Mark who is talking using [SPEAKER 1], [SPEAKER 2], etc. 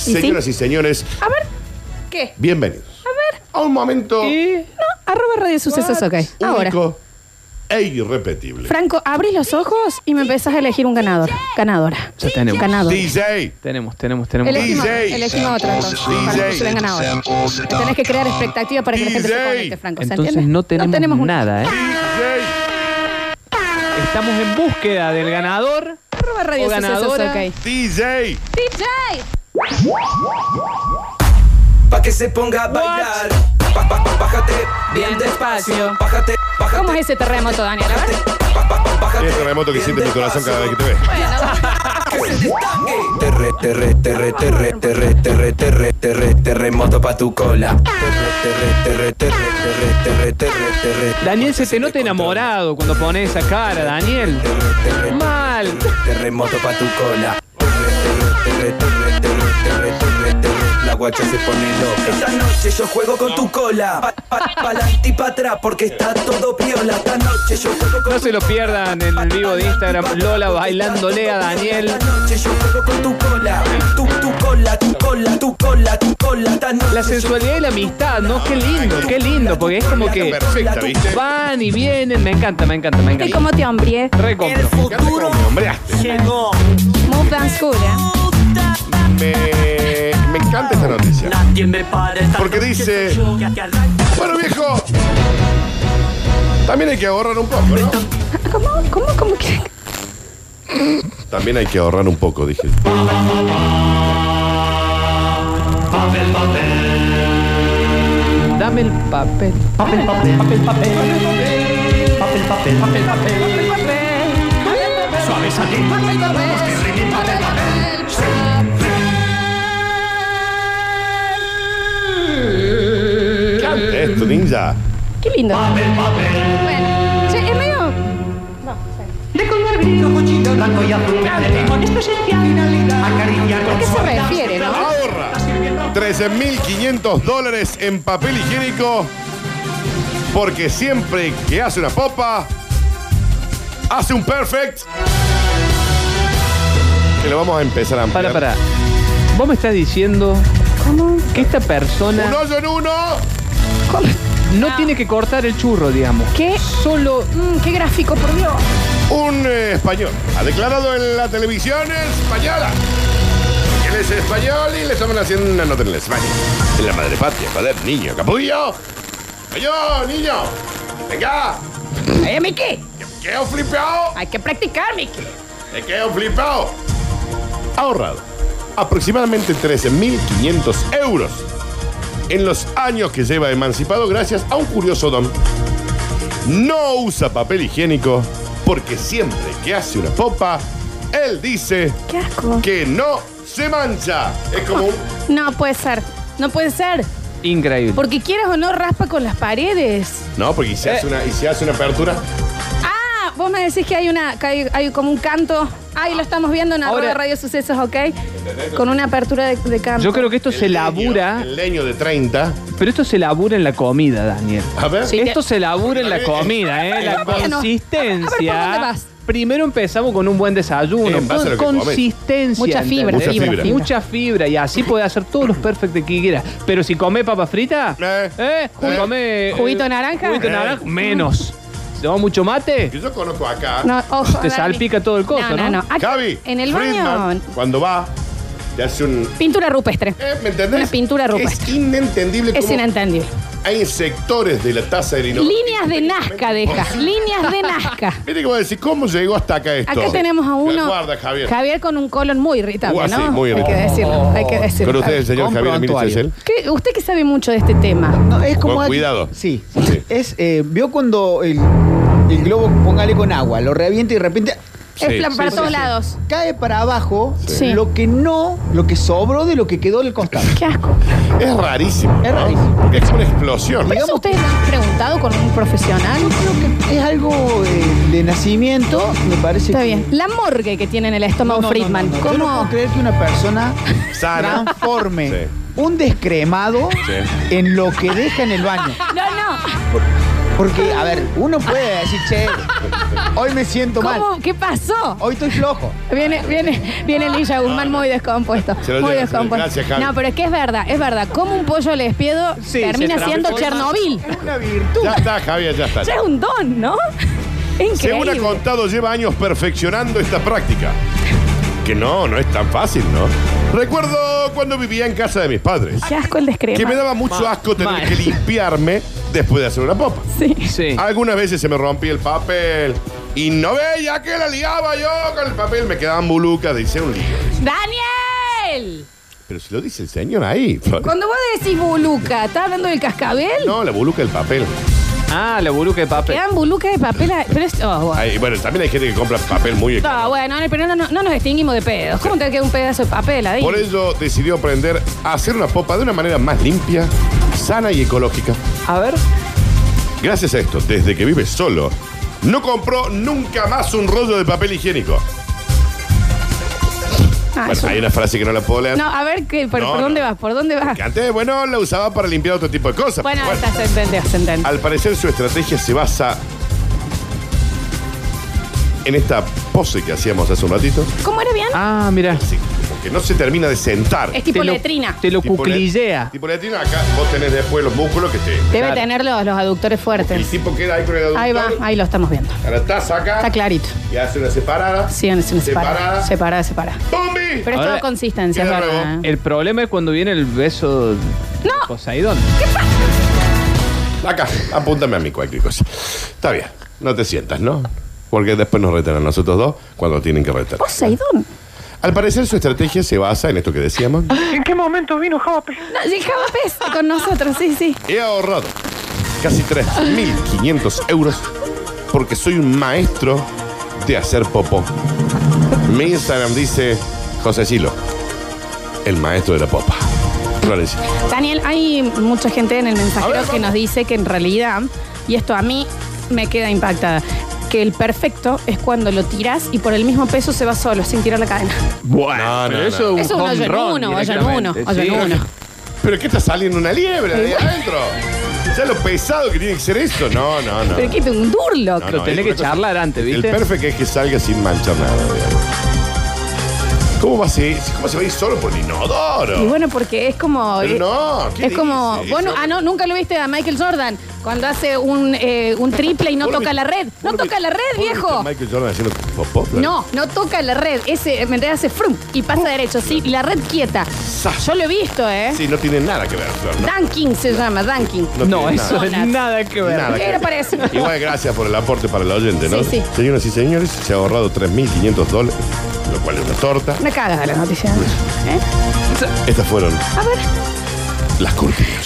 [SPEAKER 1] Señoras
[SPEAKER 2] sí?
[SPEAKER 1] y señores,
[SPEAKER 2] A ver, ¿qué?
[SPEAKER 1] bienvenidos
[SPEAKER 2] A ver.
[SPEAKER 1] a un momento
[SPEAKER 2] No, Ah, arroba radio sucesos, ok. Ahora.
[SPEAKER 1] único e irrepetible.
[SPEAKER 2] Franco, abrís los ojos y me empezás a elegir un ganador. Ganadora.
[SPEAKER 3] Ya tenemos.
[SPEAKER 2] Ganador.
[SPEAKER 1] DJ,
[SPEAKER 3] Tenemos, tenemos, tenemos.
[SPEAKER 2] Elegimos,
[SPEAKER 1] DJ.
[SPEAKER 2] elegimos otra entonces,
[SPEAKER 1] DJ.
[SPEAKER 2] para que no se vengan ahora. Te Tenés que crear expectativa para que la gente se
[SPEAKER 1] DJ.
[SPEAKER 2] conecte, Franco. ¿se
[SPEAKER 3] Entonces
[SPEAKER 2] entiende?
[SPEAKER 3] no tenemos,
[SPEAKER 2] un-
[SPEAKER 3] nada, ¿eh?
[SPEAKER 1] DJ.
[SPEAKER 3] Estamos en búsqueda del ganador.
[SPEAKER 2] Arroba radio
[SPEAKER 3] O
[SPEAKER 2] sucesos,
[SPEAKER 3] ganadora.
[SPEAKER 2] ok.
[SPEAKER 1] DJ.
[SPEAKER 2] DJ.
[SPEAKER 4] Pa' que se ponga a bailar. Pa, pa, pa, bájate bien despacio. Bájate, bájate.
[SPEAKER 2] ¿Cómo es ese terremoto, Daniel? A ver.
[SPEAKER 4] Pa, pa, pa, bájate
[SPEAKER 1] Es el terremoto Este que
[SPEAKER 4] bien
[SPEAKER 1] siente mi corazón cada vez que te ve.
[SPEAKER 4] despacio. Que se destangue. Terre, terre, terre, terre, terre, terre, terre, terre, terremoto pa' tu cola. Terre, terre, terre, terre, terre, terre, terre, terre.
[SPEAKER 3] Daniel, se te nota enamorado cuando pones esa cara, Daniel. Mal.
[SPEAKER 4] Terremoto pa' tu cola. Terre, terre, terre, terre, terre, terre, terre. La guacha se pone loca. Esta noche yo juego con tu cola. Pa, pa, pa'lante y pa' atrás porque está todo piola. Esta noche yo juego con
[SPEAKER 3] No se lo pierdan en el vivo de Instagram. Lola bailándole a Daniel.
[SPEAKER 4] Esta noche yo juego con tu cola. Tu, tu cola, tu cola, tu cola, tu cola. Esta noche
[SPEAKER 3] La
[SPEAKER 4] yo
[SPEAKER 3] sensualidad y la amistad, ¿no? Qué lindo, qué lindo, porque es como que
[SPEAKER 1] Perfecta, ¿viste?
[SPEAKER 3] van y vienen. Me encanta, me encanta, me
[SPEAKER 2] ¿Viste
[SPEAKER 3] encanta.
[SPEAKER 2] cómo te hombre?
[SPEAKER 3] Recompro.
[SPEAKER 1] Me encanta cómo me nombreaste.
[SPEAKER 4] Llegó.
[SPEAKER 2] Move Dance School, ¿eh?
[SPEAKER 1] Me, me encanta esta noticia.
[SPEAKER 5] Nadie me para esta
[SPEAKER 1] Porque dice-
[SPEAKER 5] noche, que arranca.
[SPEAKER 1] Bueno, viejo. También hay que ahorrar un poco, ¿no?
[SPEAKER 2] ¿Cómo? ¿Cómo? ¿Cómo que?
[SPEAKER 1] También hay que ahorrar un poco, dije.
[SPEAKER 3] Dame el papel.
[SPEAKER 1] ¿Qué ante esto, ninja?
[SPEAKER 2] Qué lindo. Bueno, che, es medio...
[SPEAKER 5] De color brillo, cochino, blanco y azul. Con esto es finalidad. Acariciar con
[SPEAKER 2] ¿A qué se refiere, no?
[SPEAKER 1] Ahorra 13.500 dólares en papel higiénico. Porque siempre que hace una popa, hace un perfect. Que lo vamos a empezar a ampliar.
[SPEAKER 3] Para, para. Vos me estás diciendo que esta
[SPEAKER 1] Un
[SPEAKER 3] persona
[SPEAKER 1] hoyo en uno.
[SPEAKER 2] ¿Cómo?
[SPEAKER 3] no tiene que cortar el churro, digamos.
[SPEAKER 2] ¿Qué?
[SPEAKER 3] Solo
[SPEAKER 2] Mm, qué gráfico, por Dios.
[SPEAKER 1] Un eh, español ha declarado en la televisión española. Él es español y le estaban haciendo una nota en el España. En la madre patria, joder, niño, capullo. Yo, niño, venga,
[SPEAKER 2] ¡Ay, Miki!
[SPEAKER 1] que quedo flipado.
[SPEAKER 2] Hay que practicar, Miki.
[SPEAKER 1] Me quedo flipado. Ahorrado aproximadamente 13.500 euros en los años que lleva emancipado gracias a un curioso don. No usa papel higiénico porque siempre que hace una popa, él dice
[SPEAKER 2] Qué asco.
[SPEAKER 1] que no se mancha. Es como un...
[SPEAKER 2] No puede ser. No puede ser.
[SPEAKER 3] increíble.
[SPEAKER 2] Porque quieras o no, raspa con las paredes.
[SPEAKER 1] No, porque y se
[SPEAKER 2] Eh.
[SPEAKER 1] hace una, y se hace una apertura.
[SPEAKER 2] Ah, vos me decís que hay una, que hay, hay como un canto. Ay, lo estamos viendo en
[SPEAKER 3] Ahora-
[SPEAKER 2] arroba Radio Sucesos, ¿ok? Con una apertura de, de canto.
[SPEAKER 3] Yo creo que esto se
[SPEAKER 1] El
[SPEAKER 3] labura,
[SPEAKER 1] leño- El leño de 30.
[SPEAKER 3] pero esto se labura en la comida, Daniel.
[SPEAKER 1] A ver.
[SPEAKER 2] Sí.
[SPEAKER 3] Esto se labura en la comida, ¿eh? La
[SPEAKER 1] Bueno.
[SPEAKER 2] A ver, ¿por dónde
[SPEAKER 3] consistencia.
[SPEAKER 2] vas?
[SPEAKER 3] Primero empezamos con un buen desayuno,
[SPEAKER 1] En base a lo que
[SPEAKER 3] con
[SPEAKER 1] comes.
[SPEAKER 3] consistencia.
[SPEAKER 2] Mucha fibra,
[SPEAKER 3] ¿entendés?
[SPEAKER 1] Mucha fibra, fibra. fibra.
[SPEAKER 3] Mucha fibra, y así podés hacer todos los perfectos que quieras. Pero si comés papa frita,
[SPEAKER 1] Eh.
[SPEAKER 3] ¿eh?
[SPEAKER 1] Eh.
[SPEAKER 3] Comés, eh,
[SPEAKER 2] ¿Juguito de naranja?
[SPEAKER 3] Juguito de
[SPEAKER 1] Eh.
[SPEAKER 3] naranja, menos. Si tomás mucho mate,
[SPEAKER 1] Que yo conozco acá.
[SPEAKER 2] No, ojo,
[SPEAKER 3] Te
[SPEAKER 2] a ver,
[SPEAKER 3] salpica
[SPEAKER 2] Miki.
[SPEAKER 3] todo el coso,
[SPEAKER 2] No, no,
[SPEAKER 3] ¿no?
[SPEAKER 2] no. Acá,
[SPEAKER 1] Javi.
[SPEAKER 2] en el
[SPEAKER 1] Friedman,
[SPEAKER 2] baño,
[SPEAKER 1] Cuando va, te hace un...
[SPEAKER 2] pintura rupestre.
[SPEAKER 1] Eh, ¿Me entendés?
[SPEAKER 2] Una pintura
[SPEAKER 1] Es
[SPEAKER 2] rupestre.
[SPEAKER 1] inentendible
[SPEAKER 2] Es
[SPEAKER 1] cómo
[SPEAKER 2] inentendible.
[SPEAKER 1] hay sectores de la taza del inodoro.
[SPEAKER 2] Líneas de Nazca deja. Líneas de Nazca.
[SPEAKER 1] Mire que voy a decir, ¿cómo llegó hasta acá esto?
[SPEAKER 2] Acá tenemos a uno.
[SPEAKER 1] Guarda, Javier.
[SPEAKER 2] con un colon muy irritable,
[SPEAKER 1] Uh, sí,
[SPEAKER 2] ¿no?
[SPEAKER 1] muy
[SPEAKER 2] Hay que
[SPEAKER 1] irritable.
[SPEAKER 2] decirlo, hay
[SPEAKER 3] Oh.
[SPEAKER 2] que decirlo.
[SPEAKER 1] Con usted,
[SPEAKER 2] Javier.
[SPEAKER 1] señor
[SPEAKER 3] Compro
[SPEAKER 1] Javier Emilio
[SPEAKER 3] Antuario.
[SPEAKER 1] Chesel.
[SPEAKER 2] ¿Qué- usted que sabe mucho de este tema.
[SPEAKER 6] No, es como.
[SPEAKER 1] Con cuidado.
[SPEAKER 6] Sí.
[SPEAKER 1] Sí.
[SPEAKER 6] Es, eh, ¿Vio cuando el, el globo, póngale con agua, lo revienta y de repente
[SPEAKER 1] Sí,
[SPEAKER 2] es plan
[SPEAKER 1] sí,
[SPEAKER 2] para
[SPEAKER 1] sí,
[SPEAKER 2] todos
[SPEAKER 1] sí.
[SPEAKER 2] lados.
[SPEAKER 6] cae para abajo
[SPEAKER 2] Sí.
[SPEAKER 6] lo que no, lo que sobró de lo que quedó del costado?
[SPEAKER 2] Qué asco.
[SPEAKER 1] Es rarísimo.
[SPEAKER 6] Es rarísimo.
[SPEAKER 1] Porque es como una explosión.
[SPEAKER 2] ¿Pero eso ustedes lo han preguntado con un profesional?
[SPEAKER 6] Yo creo que es algo eh, de nacimiento, me parece
[SPEAKER 2] Está
[SPEAKER 6] que-
[SPEAKER 2] bien. La morgue que tiene en el estómago
[SPEAKER 6] No, no, no,
[SPEAKER 2] Friedman.
[SPEAKER 6] no, no. Yo no
[SPEAKER 2] ¿Cómo?
[SPEAKER 6] puedo creer que una persona
[SPEAKER 1] Sana.
[SPEAKER 6] transforme
[SPEAKER 1] Sí.
[SPEAKER 6] un descremado
[SPEAKER 1] Sí.
[SPEAKER 6] en lo que deja en el baño.
[SPEAKER 2] No, no.
[SPEAKER 6] Porque, a ver, uno puede decir, che, hoy me siento mal,
[SPEAKER 2] ¿Cómo? ¿Qué pasó?
[SPEAKER 6] hoy estoy flojo.
[SPEAKER 2] Viene, viene, viene Lilla Guzmán muy descompuesto.
[SPEAKER 1] Se lo
[SPEAKER 2] Muy
[SPEAKER 1] lleva, se lo-
[SPEAKER 2] descompuesto.
[SPEAKER 1] gracias, Javi.
[SPEAKER 2] No, pero es que es verdad, es verdad. Como un pollo lespiedo
[SPEAKER 3] Sí,
[SPEAKER 2] termina
[SPEAKER 3] se
[SPEAKER 2] siendo
[SPEAKER 3] transforma.
[SPEAKER 2] Chernobyl.
[SPEAKER 6] Una virtud.
[SPEAKER 1] Ya está, Javier, ya está.
[SPEAKER 2] Ya es un don, ¿no?
[SPEAKER 1] Según ha
[SPEAKER 2] Increíble.
[SPEAKER 1] contado, lleva años perfeccionando esta práctica. Que no, no es tan fácil, ¿no? Recuerdo cuando vivía en casa de mis padres,
[SPEAKER 2] Qué asco el descrema.
[SPEAKER 1] que me daba mucho
[SPEAKER 3] Ma-
[SPEAKER 1] asco tener
[SPEAKER 3] mal.
[SPEAKER 1] que limpiarme después de hacer una popa.
[SPEAKER 2] Sí.
[SPEAKER 3] Sí.
[SPEAKER 1] Algunas veces se me rompía el papel y no veía que la liaba yo con el papel, me quedaban bulucas, dice un lío.
[SPEAKER 2] ¡Daniel!
[SPEAKER 1] Pero si lo dice el señor ahí. Flor.
[SPEAKER 2] Cuando vos decís buluca, ¿estás hablando del cascabel?
[SPEAKER 1] No, la buluca del papel.
[SPEAKER 3] Ah, la buruca de papel.
[SPEAKER 2] Quedan bulucas de papel. a- Pero es. Oh, bueno.
[SPEAKER 1] Ay, bueno, también hay gente que compra papel muy económico.
[SPEAKER 2] No, Ah, bueno, pero no, no- no nos distinguimos de pedos. ¿Cómo te queda un pedazo de papel ahí?
[SPEAKER 1] Por ello decidió aprender a hacer una popa de una manera más limpia, sana y ecológica.
[SPEAKER 3] A ver.
[SPEAKER 1] Gracias a esto, desde que vive solo, no compró nunca más un rollo de papel higiénico.
[SPEAKER 2] Ah,
[SPEAKER 1] Bueno,
[SPEAKER 2] eso-
[SPEAKER 1] hay una frase que no la puedo leer.
[SPEAKER 2] No, a ver, ¿qué- por,
[SPEAKER 1] No,
[SPEAKER 2] por dónde
[SPEAKER 1] no.
[SPEAKER 2] vas? ¿Por dónde vas?
[SPEAKER 1] Que antes, bueno, la usaba para limpiar otro tipo de cosas.
[SPEAKER 2] Bueno,
[SPEAKER 1] Bueno,
[SPEAKER 2] está, se entendió, se entendió.
[SPEAKER 1] al parecer su estrategia se basa en esta pose que hacíamos hace un ratito,
[SPEAKER 2] ¿Cómo era bien?
[SPEAKER 3] Ah, mira.
[SPEAKER 1] así como que no se termina de sentar.
[SPEAKER 2] es tipo
[SPEAKER 3] Te lo-
[SPEAKER 2] letrina.
[SPEAKER 3] Te lo
[SPEAKER 1] Tipo
[SPEAKER 3] cuclillea.
[SPEAKER 1] le- Tipo letrina, acá vos tenés después los músculos que te...
[SPEAKER 2] Debe
[SPEAKER 3] Claro.
[SPEAKER 2] tener los, los aductores
[SPEAKER 1] El
[SPEAKER 2] fuertes.
[SPEAKER 1] tipo queda ahí con el aductor.
[SPEAKER 2] Ahí va, ahí lo estamos viendo.
[SPEAKER 1] Ahora estás acá.
[SPEAKER 2] Está clarito.
[SPEAKER 1] Y hace una separada.
[SPEAKER 2] Sí, es una separada.
[SPEAKER 1] Separada.
[SPEAKER 2] Separada, separada.
[SPEAKER 1] ¡Bombi!
[SPEAKER 2] Pero es
[SPEAKER 3] Ahora,
[SPEAKER 2] todo consistencia, es
[SPEAKER 1] queda
[SPEAKER 2] verdad. ¿eh?
[SPEAKER 1] luego.
[SPEAKER 3] El problema es cuando viene el beso de
[SPEAKER 2] No.
[SPEAKER 3] Poseidón.
[SPEAKER 1] Acá, apúntame a mí cualquier cosa. Está bien, no te sientas, ¿no? Porque después nos retan a nosotros dos cuando tienen que retar.
[SPEAKER 2] Poseidón.
[SPEAKER 1] Al parecer su estrategia se basa en esto que decíamos.
[SPEAKER 5] ¿En qué momento vino Javapes?
[SPEAKER 2] No, llegaba pez con nosotros, sí, sí.
[SPEAKER 1] He ahorrado casi 3.500 euros porque soy un maestro de hacer popó. Mi Instagram dice José Silo, el maestro de la popa. Florencia.
[SPEAKER 2] Daniel, hay mucha gente en el mensajero
[SPEAKER 1] A ver,
[SPEAKER 2] que
[SPEAKER 1] vamos.
[SPEAKER 2] nos dice que en realidad, y esto a mí me queda impactada, que el perfecto es cuando lo tiras y por el mismo peso se va solo, sin tirar la cadena.
[SPEAKER 1] Bueno,
[SPEAKER 3] Pero eso es
[SPEAKER 2] Eso es un
[SPEAKER 3] home
[SPEAKER 2] hoyo en
[SPEAKER 3] run
[SPEAKER 2] uno, hoyo en uno,
[SPEAKER 3] directamente,
[SPEAKER 2] hoyo en
[SPEAKER 3] ¿sí?
[SPEAKER 2] uno.
[SPEAKER 1] Pero ¿qué está saliendo una liebre de ahí adentro? Ya lo pesado que tiene que ser eso. No, no, no.
[SPEAKER 2] Pero qué, un durlock.
[SPEAKER 1] No,
[SPEAKER 3] Lo tenés
[SPEAKER 1] es una
[SPEAKER 3] que charlar antes, ¿viste?
[SPEAKER 1] El perfecto es que salga sin manchar nada. digamos. ¿Cómo va a ser? ¿Cómo se va a ir solo por el inodoro?
[SPEAKER 2] Y bueno, porque es como.
[SPEAKER 1] Pero
[SPEAKER 2] eh,
[SPEAKER 1] no, ¿qué
[SPEAKER 2] Es como,
[SPEAKER 1] dices?
[SPEAKER 2] bueno, ah, no, nunca lo viste a Michael Jordan cuando hace un, eh, un triple y no
[SPEAKER 1] ¿Vos lo
[SPEAKER 2] toca
[SPEAKER 1] vi-
[SPEAKER 2] la red.
[SPEAKER 1] vos
[SPEAKER 2] No
[SPEAKER 1] lo vi-
[SPEAKER 2] toca la red,
[SPEAKER 1] vos lo viste a
[SPEAKER 2] viejo.
[SPEAKER 1] Michael Jordan haciendo popó. Flor?
[SPEAKER 2] No, no toca la red. Ese, eh, me entiendes? hace frum y pasa derecho, sí, y la red quieta.
[SPEAKER 1] Zas.
[SPEAKER 2] Yo lo he visto, ¿eh.
[SPEAKER 1] Sí, no tiene nada que ver, Flor. No,
[SPEAKER 2] Dunking se llama, dunking.
[SPEAKER 1] no
[SPEAKER 3] No,
[SPEAKER 1] tiene
[SPEAKER 3] eso
[SPEAKER 1] nada.
[SPEAKER 2] nada.
[SPEAKER 3] es nada que ver.
[SPEAKER 1] Nada que
[SPEAKER 2] Era
[SPEAKER 1] ver.
[SPEAKER 2] para eso.
[SPEAKER 1] Igual gracias por el aporte para el oyente, ¿no?
[SPEAKER 2] Sí, sí.
[SPEAKER 1] Señoras y señores, se ha ahorrado 3.500 dólares, lo cual es una torta.
[SPEAKER 2] Me cagas de la noticia. ¿eh?
[SPEAKER 1] Estas fueron
[SPEAKER 2] A ver.
[SPEAKER 1] las cortinas.